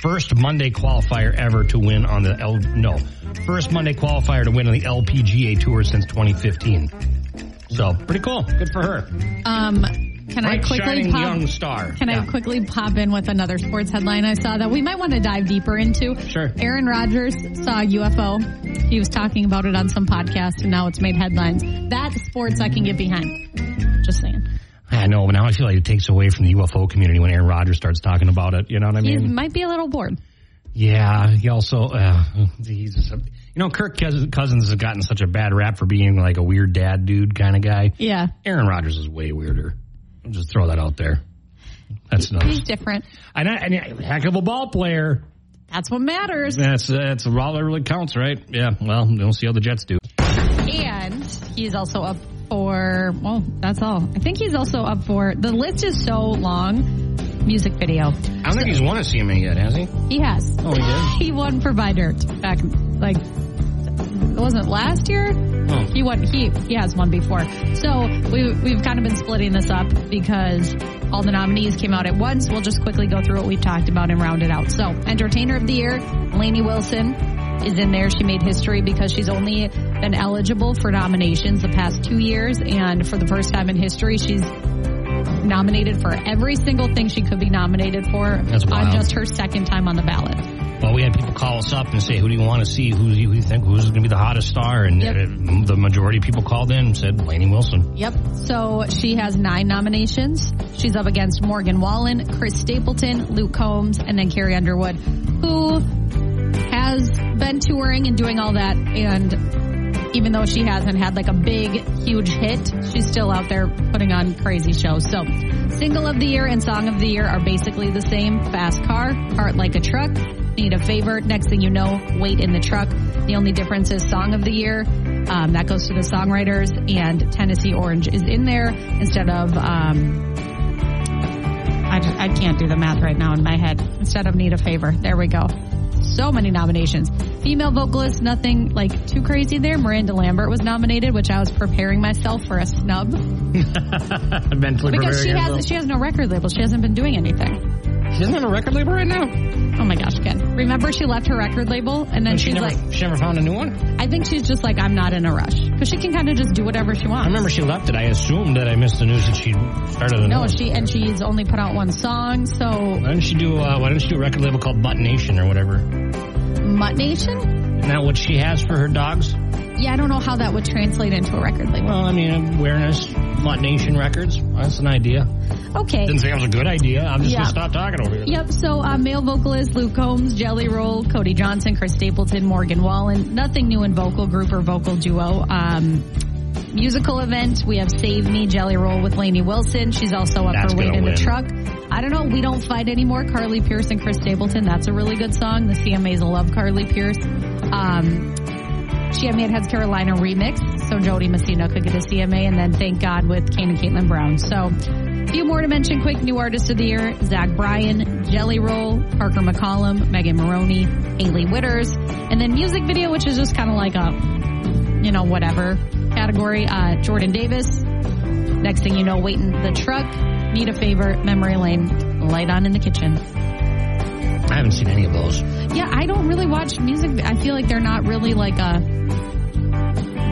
First Monday qualifier ever to win on the L. No, first Monday qualifier to win on the LPGA tour since 2015. So pretty cool. Good for her. Um, can I Bright, quickly shining pop? young star. Can Yeah. I quickly pop in with another sports headline I saw that we might want to dive deeper into? Sure. Aaron Rodgers saw a UFO. He was talking about it on some podcast, and now it's made headlines. That sports I can get behind. Just saying. I know, but now I feel like it takes away from the UFO community when Aaron Rodgers starts talking about it. You know what I He mean? might be a little bored. Yeah, he also uh, he's you know Kirk Cousins Cousins has gotten such a bad rap for being like a weird dad dude kind of guy. Yeah. Aaron Rodgers is way weirder. I'll just throw that out there. That's He's nice. different. And, I, and a heck of a ball player. That's what matters. That's that's all that really counts, right? Yeah. Well, we'll see how the Jets do. And he's also up for, well, that's all. I think he's also up for, the list is so long, music video. I don't think he's won a CMA yet, has he? He has. Oh, he did. He won for By Dirt back like it wasn't last year. Oh. He won. He he has one before. So we we've kind of been splitting this up because all the nominees came out at once. We'll just quickly go through what we've talked about and round it out. So entertainer of the year, Lainey Wilson is in there. She made history because she's only been eligible for nominations the past two years, and for the first time in history, she's nominated for every single thing she could be nominated for That's on wild. just her second time on the ballot. Well, we had people call us up and say, "Who do you want to see? Who do you think who's going to be the hottest star?" And Yep. uh, the majority of people called in and said Lainey Wilson. Yep. So she has nine nominations. She's up against Morgan Wallen, Chris Stapleton, Luke Combs, and then Carrie Underwood, who has been touring and doing all that. And even though she hasn't had like a big, huge hit, she's still out there putting on crazy shows. So single of the year and song of the year are basically the same. Fast car, heart like a truck, need a favor. Next thing you know, wait in the truck. The only difference is song of the year. Um, that goes to the songwriters and Tennessee Orange is in there instead of, um, I, just, I can't do the math right now in my head. Instead of need a favor. There we go. So many nominations. Female vocalist, nothing like too crazy there. Miranda Lambert was nominated, which I was preparing myself for a snub Mentally because she preparing has herself. she has no record label. She hasn't been doing anything. She doesn't have a record label right now. Oh my gosh, Ken! Remember she left her record label and then And she she's never, like, she never found a new one. I think she's just like, I'm not in a rush because she can kind of just do whatever she I wants. remember she left it. I assumed that I missed the news that she started a new No, one. she and she's only put out one song. So Why didn't she do? Uh, why didn't she do a record label called Butt Nation or whatever? Mutt Nation. Isn't that what she has for her dogs? Yeah, I don't know how that would translate into a record label. Well, I mean, awareness, Butt Nation Records. That's an idea. Okay. Didn't say it was a good idea. I'm just Yeah. gonna stop talking over here. Yep. So uh, male vocalist Luke Combs, Jelly Roll, Cody Johnson, Chris Stapleton, Morgan Wallen. Nothing new in vocal group or vocal duo. Um, musical event we have Save Me, Jelly Roll with Lainey Wilson. She's also up That's for Weight gonna in win. the Truck. I don't know. We don't fight anymore. Carly Pierce and Chris Stapleton. That's a really good song. The CMAs love Carly Pierce. Um, she had Mad Heads Carolina remix, so Jody Messina could get a CMA, and then Thank God with Kane and Caitlin Brown. So, a few more to mention quick new artist of the year Zach Bryan, Jelly Roll, Parker McCollum, Megan Maroney, Haley Witters, and then music video, which is just kind of like a, you know, whatever category. Uh, Jordan Davis, next thing you know, waiting the truck, need a favor, memory lane, light on in the kitchen. I haven't seen any of those. Yeah, I don't really watch music. vi- I feel like they're not really like a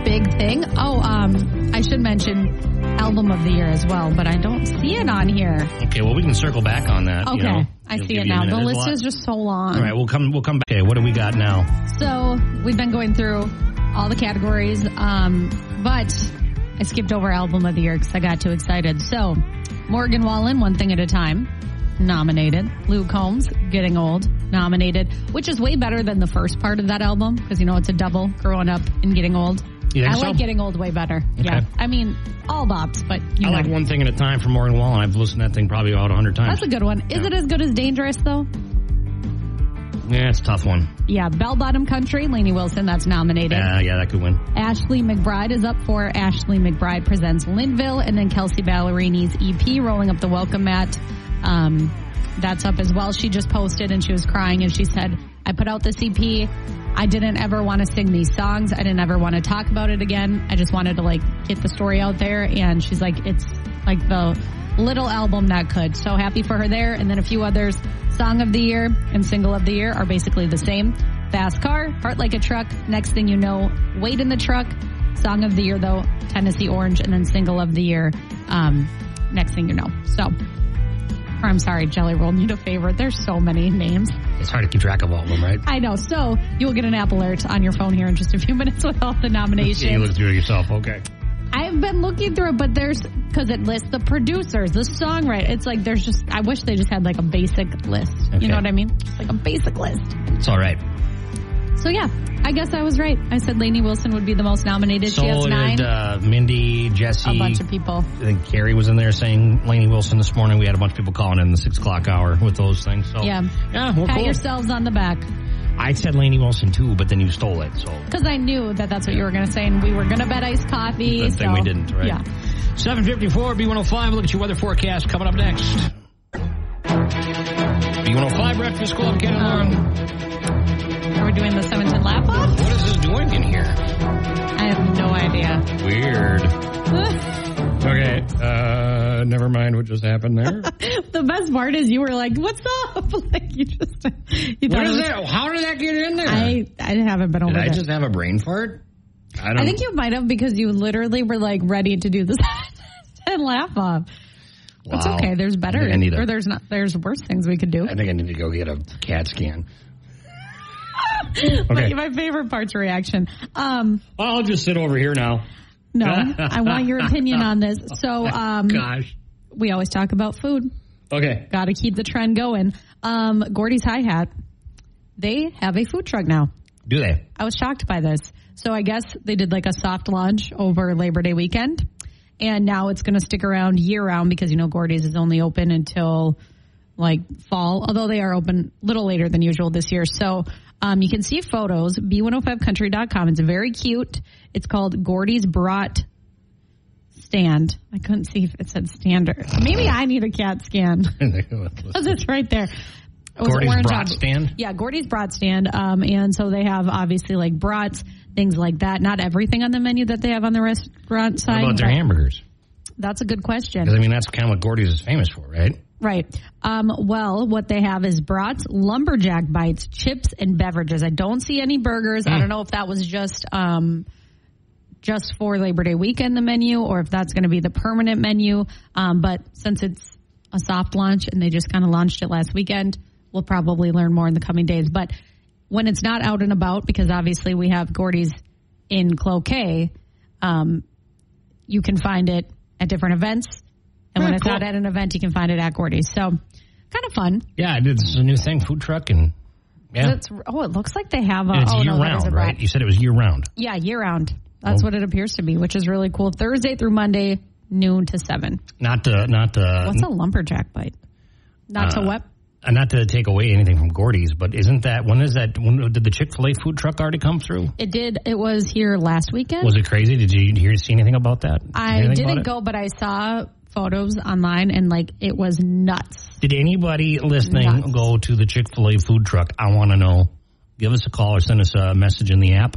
big thing. Oh, um, I should mention album of the year as well, but I don't see it on here. Okay, well, we can circle back on that. Okay, you know. I It'll see give it you a now. minute. The There's a list lot. is just so long. All right, we'll come. We'll come back. Okay, what do we got now? So we've been going through all the categories, um, but I skipped over album of the year because I got too excited. So Morgan Wallen, one thing at a time, nominated. Luke Combs, getting old, nominated, which is way better than the first part of that album because you know it's a double, growing up and getting old. You think I so? like getting old way better. Yeah, I mean all bops, but you I know like one thing at a time from Morgan Wallen. I've listened to that thing probably about hundred times. that's a good one. Is Yeah. it as good as Dangerous though? yeah, it's a tough one. Yeah, Bell Bottom Country, Lainey Wilson, that's nominated. Yeah, yeah, that could win. Ashley McBride is up for Ashley McBride Presents Linville, and then Kelsey Ballerini's EP, Rolling Up the Welcome Mat. Um, that's up as well. She just posted and she was crying and she said, I put out this EP. I didn't ever want to sing these songs. I didn't ever want to talk about it again. I just wanted to like get the story out there. And she's like, it's like the little album that could. So happy for her there. And then a few others. Song of the year and single of the year are basically the same. Fast car, heart like a truck. Next thing you know, weight in the truck. Song of the year though, Tennessee Orange, and then single of the year. Um, next thing you know, so. Or I'm sorry, Jelly Roll. Need a favor. There's so many names. It's hard to keep track of all of them, right? I know. So you will get an app alert on your phone here in just a few minutes with all the nominations. Yeah, you look through it yourself. Okay. I've been looking through it, but there's because it lists the producers, the songwriter. It's like there's just. I wish they just had like a basic list. Okay. You know what I mean? Just like a basic list. It's all right. So yeah, I guess I was right. I said Lainey Wilson would be the most nominated. she has so nine. did uh, Mindy, a Jesse. bunch of people. I think Carrie was in there saying Laney Wilson this morning. We had a bunch of people calling in the six o'clock hour with those things. So Yeah. yeah, we're Pat cool. yourselves on the back I said Laney Wilson too, but then you stole it. So because I knew that that's what you were going to say, and we were going to bet iced coffee. Good thing so- we didn't, right? Yeah. 754 B105. Look at your weather forecast coming up next. B105 Breakfast Club, Ken and Lauren. Um, Are we we're doing the Seventon lap up? What is this doing in here? I have no idea. Weird. Okay. Uh, never mind what just happened there. the best part is you were like, "What's up?" like you just you thought what it is was- that? How did that get in there? I I haven't been over Did I that. just have a brain fart? I don't. I think you might have because you literally were like ready to do this and laugh off. wow. It's okay. There's better, I need a- or there's not. There's worse things we could do. I think I need to go get a CAT scan. But okay. my favorite part's reaction. Um, I'll just sit over here now. no, I want your opinion on this. Oh So, um, Gosh. we always talk about food. Okay. Got to keep the trend going. Um, Gordy's Hi Hat. They have a food truck now. Do they? I was shocked by this. So I guess they did like a soft launch over Labor Day weekend, and now it's going to stick around year round because you know Gordy's is only open until like fall. Although they are open a little later than usual this year, so um, you can see photos b105country.com. It's very cute. It's called Gordy's Brat Stand. I couldn't see if it said standard. Maybe I need a cat scan. Because it's right there. It was Gordy's orange Brat on- Stand? Yeah, Gordy's Brat Stand. Um, and so they have obviously like brats, things like that. Not everything on the menu that they have on the restaurant side. How about their but hamburgers? That's a good question. Because I mean, that's kind of what Gordy's is famous for, right? Right. Um, well, what they have is brats, lumberjack bites, chips, and beverages. I don't see any burgers. Mm. I don't know if that was just um, just for Labor Day weekend the menu, or if that's going to be the permanent menu. Um, but since it's a soft launch and they just kind of launched it last weekend, we'll probably learn more in the coming days. But when it's not out and about, because obviously we have Gordy's in Cloquet, um, you can find it at different events. And when Oh, it's cool. not at an event, you can find it at Gordy's. So kind of fun. Yeah, I did. This is a new thing, food truck, and yeah, That's, oh, it looks like they have a. And it's oh, year no, that is a round, brat. right? You said it was year round. Yeah, year round. That's what it appears to be, which is really cool. Thursday through Monday, noon to seven. Not to not to What's a lumberjack bite? Not to what? Hmm. uh, not to take away anything from Gordy's, but isn't that when is that? When did the Chick Fil A food truck already come through? It did. It was here last weekend. Was it crazy? Did you hear see anything about that? Did you hear I anything about didn't it? go, but I saw photos online, and like it was nuts. Did anybody listening Nuts. go to the Chick Fil A food truck? I want to know. Give us a call or send us a message in the app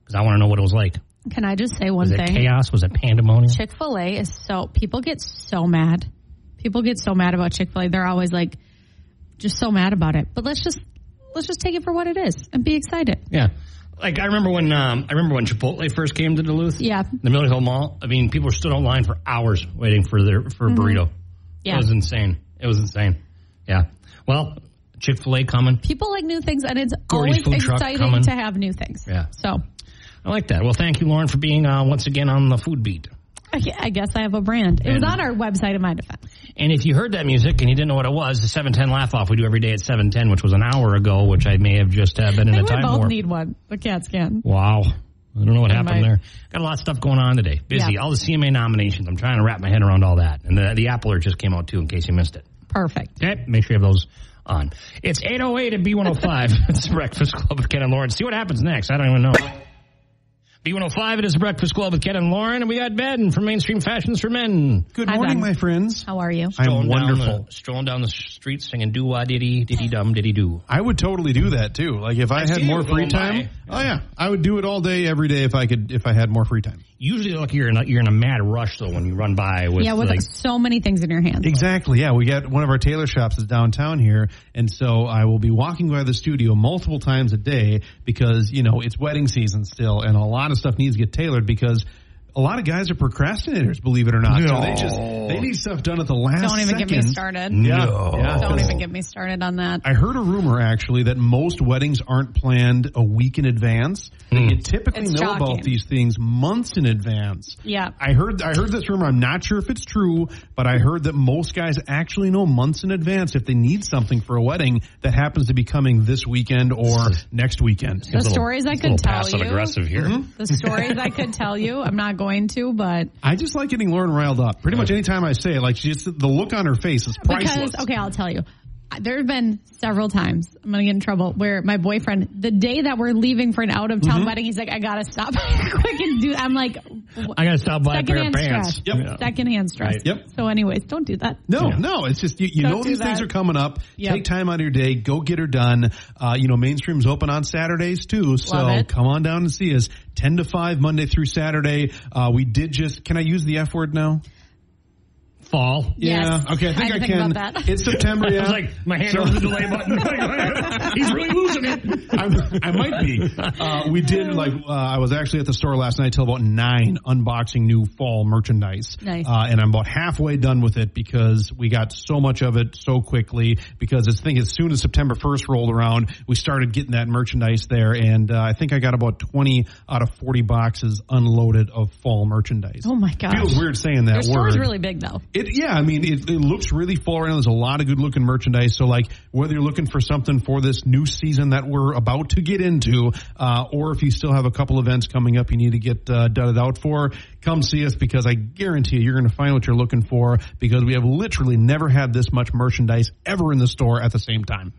because I want to know what it was like. Can I just say one Was it thing? chaos? Was it pandemonium? Chick fil A is so, people get so mad. People get so mad about Chick fil A. They're always like, just so mad about it. But let's just, let's just take it for what it is and be excited. Yeah. Like I remember when um, I remember when Chipotle first came to Duluth. Yeah. The Miller Hill Mall. I mean, people stood online for hours waiting for their for a burrito. It Mm-hmm. Yeah. was insane. It was insane. Yeah. Well, Chick fil A coming. People like new things, and it's Gordy's food always truck exciting coming. to have new things. Yeah. So I like that. Well, thank you, Lauren, for being uh, once again on the food beat. I gue- I guess I have a brand. It was And- on our website in my defense. And if you heard that music and you didn't know what it was, the 710 laugh off we do every day at 710, which was an hour ago, which I may have just uh, been in a I think we time both warp. need one. The cat scan. Wow. I don't know what happened might- there. Got a lot of stuff going on today. Busy. Yeah. All the CMA nominations. I'm trying to wrap my head around all that. And the, the App Alert just came out too, in case you missed it. Perfect. Okay, make sure you have those on. It's 808 at B105. it's Breakfast Club with Ken and Lauren. See what happens next. I don't even know. B105, it is Breakfast Club with Ken and Lauren, and we got Ben from Mainstream Fashions for Men. Good Hi, morning, Ben. my friends. How are you? I'm Strolling down wonderful. the- strolling down the street singing doo wah diddy, diddy dum, diddy doo. I would totally do that too. Like if I, see had more you free going time, by. oh yeah, I would do it all day, every day if I could, if I had more free time. Usually, like, you're in a, you're in a mad rush, though, when you run by with, yeah, with like, so many things in your hands. Exactly. Yeah, we got one of our tailor shops is downtown here, and so I will be walking by the studio multiple times a day because you know it's wedding season still, and a lot of stuff needs to get tailored because. A lot of guys are procrastinators, believe it or not. So they just they need stuff done at the last. Don't even get me second. started. Yeah, No. yeah. Don't even get me started on that. I heard a rumor actually that most weddings aren't planned a week in advance. You typically It's know shocking. about these things months in advance. Yeah. I heard I heard this rumor. I'm not sure if it's true, but I heard that most guys actually know months in advance if they need something for a wedding that happens to be coming this weekend or next weekend. The stories I could tell passive you. Mm-hmm. aggressive here. The stories I could tell you. I'm not going to, but I just like getting Lauren riled up. Pretty much anytime I say it, like she just the look on her face is priceless. because okay, I'll tell you. there have been several times I'm gonna get in trouble where my boyfriend, the day that we're leaving for an out of Mm-hmm. town wedding, he's like, I gotta stop quick and do. I'm like, I gotta stop by a pair of secondhand pants. stress, Yep. Yeah. secondhand stress. Right. Yep. So, anyways, don't do that. No, no. It's just you, you Don't know do these things that. are coming up. Yep. Take time out of your day. Go get her done. Uh, you know, mainstream's open on Saturdays too. So it. come on down and see us. Ten to five Monday through Saturday. Uh, we did just. Can I use the F word now? Fall. Yes. Yeah. Okay. I I think I, had to think can. about that. It's September. Yeah. I was like, my hand over the delay button. He's really losing it. I, I might be. Uh, we did like uh, I was actually at the store last night till about nine, unboxing new fall merchandise. Nice. Uh, and I'm about halfway done with it because we got so much of it so quickly. Because I think as soon as September 1st rolled around, we started getting that merchandise there, and uh, I think I got about 20 out of 40 boxes unloaded of fall merchandise. Oh my gosh. Feels weird saying that Your word. store's really big though. It, yeah, I mean, it, it looks really full right now. There's a lot of good looking merchandise. So, like, whether you're looking for something for this new season that we're about to get into, uh, or if you still have a couple events coming up you need to get uh, dudded out for, come see us because I guarantee you, you're going to find what you're looking for because we have literally never had this much merchandise ever in the store at the same time.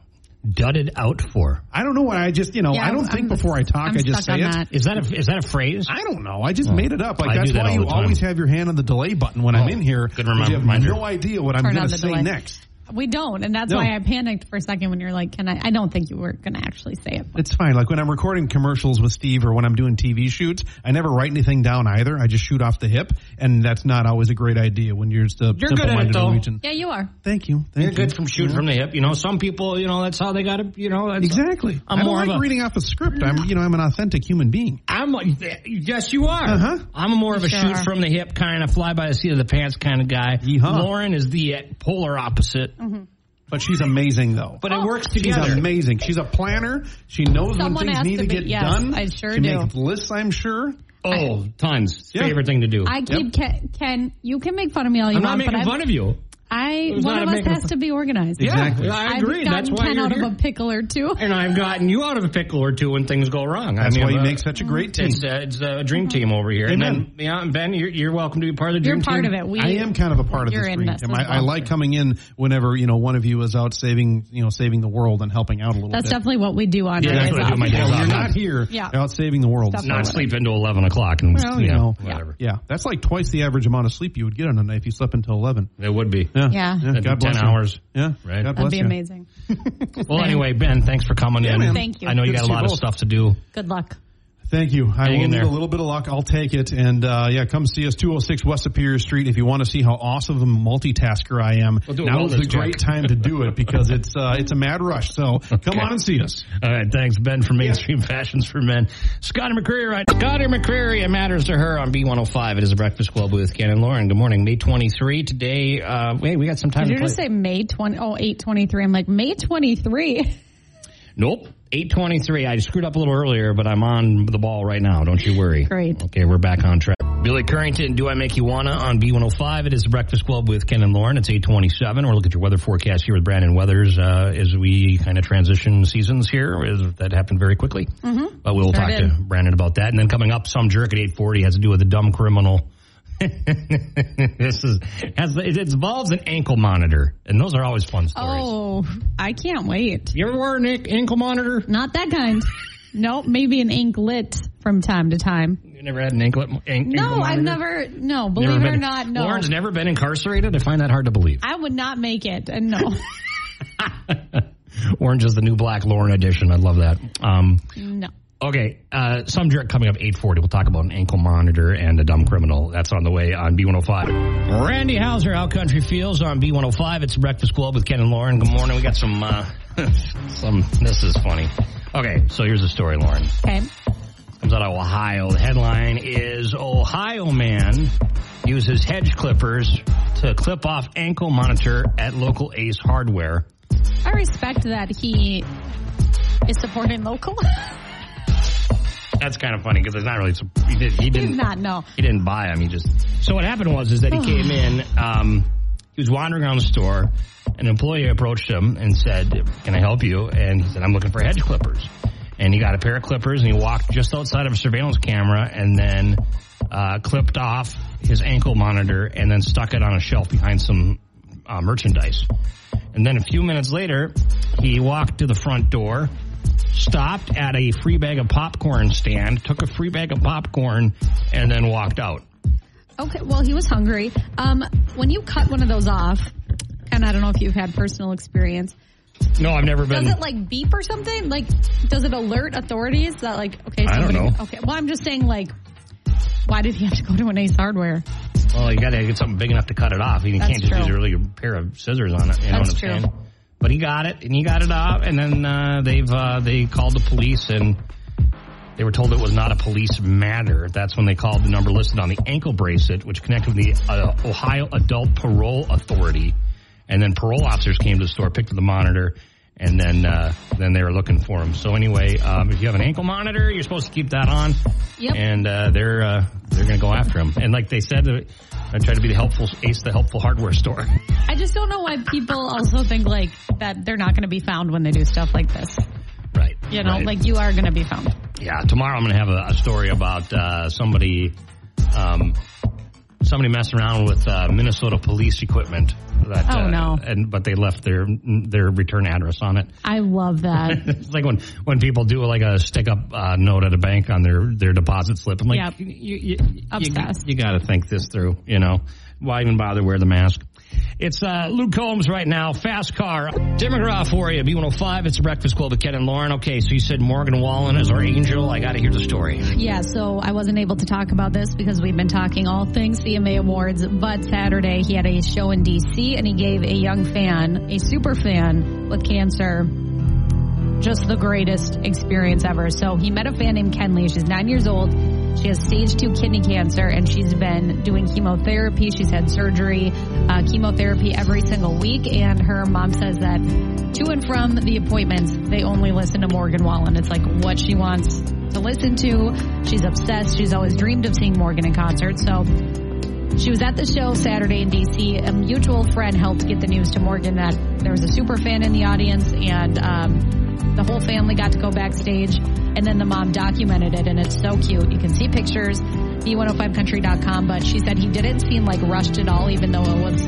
Dudded out for. I don't know why I just, you know, Yeah, I don't I'm- think before I talk, I'm I just stuck say on it. that. Is that a is that a phrase? I don't know. I just made it up. Like I do that's that why all you the time. always have your hand on the delay button when I'm in here. good 'cause You have reminder. no idea what I'm Turn going on to the say delay. next. We don't, and that's No. why I panicked for a second when you're like, "Can I?" I don't think you were gonna actually say it. It's fine. Like when I'm recording commercials with Steve or when I'm doing TV shoots, I never write anything down either. I just shoot off the hip, and that's not always a great idea when you're just a You're good at it, simple-minded though. Norwegian. Yeah, you are. Thank you. Thank You're you. good from shooting from the hip. You know, some people, you know, that's how they got to, you know. That's, Exactly. I'm I don't more of like a- reading off a script. I'm, you know, I'm an authentic human being. I'm like, yes, you are. Uh-huh. I'm more of a sure shoot are. from the hip kind of fly by the seat of the pants kind of guy. Yeehaw. Lauren is the uh, polar opposite, Mm-hmm. But she's amazing, though. Oh, but it works She's together. amazing. She's a planner. She knows Someone when things has need to to, be- get yes, done. I sure she do. makes lists, I'm sure. oh, tons. Yeah. Favorite thing to do. I keep Ken, Ken. You can make fun of me all you I'm not want, but making I've- fun of you. I was one not of us making has fun- to be organized. Exactly. Yeah, I I've agree. gotten That's why Ken you're out here. of a pickle or two. and I've gotten you out of a pickle or two when things go wrong. That's I mean, why you uh, make such a great team. It's, uh, it's a dream team over here. Amen. And then, yeah, and Ben, you're, you're welcome to be part of the You're dream part team. of it. We, I am kind of a part of you're this in dream this team. as I, I well. like coming in whenever you know one of you is out saving you know saving the world and helping out a little That's bit. definitely what we do on Yeah, our that's days what I do off. my days When off. you're not here. Yeah. You're out saving the world. Stuff So, Not sleep until 11 o'clock and, well, you you know, know, whatever. Yeah, that's like twice the average amount of sleep you would get on a night if you slept until eleven. It would be. Yeah, Yeah. That'd be 10 you. hours. Yeah, Right. That'd God bless be you. amazing. Well, anyway, Ben, thanks for coming in. man. Thank you. I know you Good got to a see lot both. of stuff to do. Good luck. Thank you. I Hang will in need there. a little bit of luck. I'll take it. And uh, yeah, come see us 206 West Superior Street if you want to see how awesome of a multitasker I am. We'll do a now is the wellness check. great time to do it because it's uh, it's a mad rush. So come on and see us. All right, thanks, Ben, from Mainstream Fashions for Men. Scotty McCreary, right? Scotty McCreary, it matters to her on B105. It is a Breakfast Club with Ken and Lauren. Good morning, May 23. Today, uh, hey, we got some time to Did you play. just say May 20? Oh, 823. I'm like, May 23? nope. 823. I screwed up a little earlier, but I'm on the ball right now. Don't you worry. Great. Okay, we're back on track. Billy Currington, Do I Make You Wanna on B105. It is the Breakfast Club with Ken and Lauren. It's 827. We're looking at your weather forecast here with Brandon Weathers uh, as we kind of transition seasons here. As that happened very quickly. Mm-hmm. But we'll talk did. to Brandon about that. And then coming up, some jerk at 840 has to do with a dumb criminal. this is has it involves an ankle monitor, and those are always fun stories. Oh, I can't wait. You ever wear an an- ankle monitor? Not that kind. nope. Maybe an anklet from time to time. You never had an anklet? An- ankle No, I've monitor? never. No, believe Never it or been- not, no. Lauren's never been incarcerated. I find that hard to believe. I would not make it. And no. Orange is the new black Lauren edition. I love that. Um, no. okay, uh, some jerk coming up eight forty. We'll talk about an ankle monitor and a dumb criminal. That's on the way on B one hundred five. Randy Hauser, Out Country Feels on B one hundred five. It's Breakfast Club with Ken and Lauren. Good morning. We got some uh, some. This is funny. Okay, so here's the story, Lauren. Okay. comes out of Ohio. The headline is Ohio man uses hedge clippers to clip off ankle monitor at local Ace Hardware. I respect that he is supporting local. That's kind of funny because it's not really he, did, he He's didn't not, no. he didn't buy them. He just so what happened was is that he came in. Um, he was wandering around the store. An employee approached him and said, "Can I help you?" And he said, "I'm looking for hedge clippers." And he got a pair of clippers and he walked just outside of a surveillance camera and then uh, clipped off his ankle monitor and then stuck it on a shelf behind some uh, merchandise. And then a few minutes later, he walked to the front door, stopped at a free bag of popcorn stand, took a free bag of popcorn, and then walked out. Okay, well, he was hungry. Um, when you cut one of those off, and I don't know if you've had personal experience, No, I've never been. does it like beep or something? Like, does it alert authorities that like, okay, I don't somebody, know. okay. Well, I'm just saying like, why did he have to go to an Ace Hardware? Well, you got to get something big enough to cut it off. You That's can't just true. use a really good pair of scissors on it. You know That's what I'm true. saying? But he got it, and he got it off, and then uh, they've uh, they called the police, and they were told it was not a police matter. That's when they called the number listed on the ankle bracelet, which connected with the uh, Ohio Adult Parole Authority, and then parole officers came to the store, picked up the monitor. And then, uh, then they were looking for him. So anyway, um, if you have an ankle monitor, you're supposed to keep that on Yep. and uh, they're uh, they're going to go after him. And like they said, they're going to try to be the helpful ace, the helpful hardware store. I just don't know why people also think like that they're not going to be found when they do stuff like this. right. You know, Right. like you are going to be found. yeah. Tomorrow I'm going to have a, a story about uh, somebody um, somebody messing around with uh, Minnesota police equipment. That, Oh, uh, no. And but they left their their return address on it. I love that. It's like when, when people do like a stick up uh, note at a bank on their, their deposit slip. I'm like, Yep. you, you, Obsessed. got to think this through, you know. Why even bother wear the mask? It's uh, Luke Combs right now, Fast Car. Tim McGraw for you, B105. It's the Breakfast Club with Ken and Lauren. Okay, so you said Morgan Wallen is our angel. I got to hear the story. Yeah, so I wasn't able to talk about this because we've been talking all things CMA Awards, but Saturday he had a show in DC and he gave a young fan, a super fan with cancer, just the greatest experience ever. So he met a fan named Kenley. She's nine years old. She has stage two kidney cancer and she's been doing chemotherapy. She's had surgery, uh, chemotherapy every single week. And her mom says that to and from the appointments, they only listen to Morgan Wallen. It's like what she wants to listen to. She's obsessed. She's always dreamed of seeing Morgan in concert. So she was at the show Saturday in DC. A mutual friend helped get the news to Morgan that there was a super fan in the audience, and um, the whole family got to go backstage. And then the mom documented it, and it's so cute. You can see pictures, b105country.com. But she said he didn't seem like rushed at all, even though it was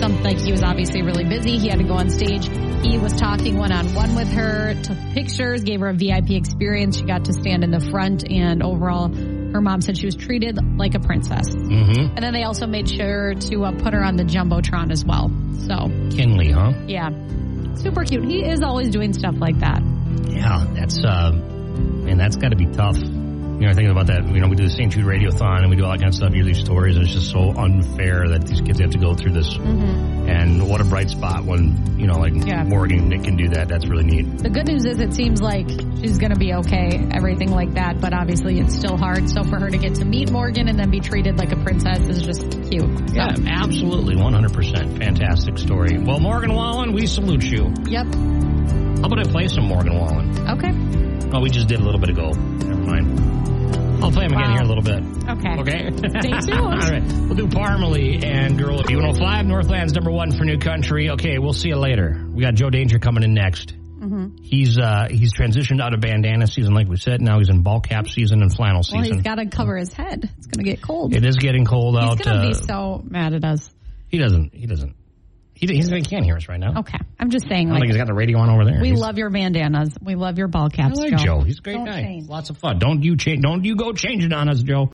something like he was obviously really busy. He had to go on stage. He was talking one on one with her, took pictures, gave her a VIP experience. She got to stand in the front, and overall, her mom said she was treated like a princess. Mm-hmm. And then they also made sure to uh, put her on the Jumbotron as well. So, Kinley, huh? yeah. Super cute. He is always doing stuff like that. Yeah, that's uh, man, that's got to be tough. You know, I think about that. You know, we do the St. Jude Radiothon and we do all that kind of stuff. You hear these stories, and it's just so unfair that these kids have to go through this. And what a bright spot when you know, like Yeah. Morgan Nick can do that. That's really neat. The good news is it seems like she's going to be okay, everything like that, but obviously it's still hard. So, for her to get to meet Morgan and then be treated like a princess is just cute. So, absolutely, one hundred percent, fantastic story. Well, Morgan Wallen, we salute you. Yep. How about I play some Morgan Wallen? Okay. Oh, we just did a little bit ago. Never mind. I'll play him again Wow. here in a little bit. Okay. Okay. Stay tuned. All right. We'll do Parmalee and Girl of B105, Northland's number one for New Country. Okay, we'll see you later. We got Joe Danger coming in next. Mm-hmm. He's uh, he's transitioned out of bandana season, like we said. Now he's in ball cap season and flannel Well, season. he's got to cover his head. It's going to get cold. it is getting cold he's out. going to uh, be so mad at us. he doesn't. He doesn't. He, he's, he can't hear us right now. Okay. I'm just saying, I don't think like, he's got the radio on over there. Oh, we He's- love your bandanas. We love your ball I caps, like Joe. He's a great Don't guy. change. Lots of fun. Don't you change? Don't you go change it on us, Joe.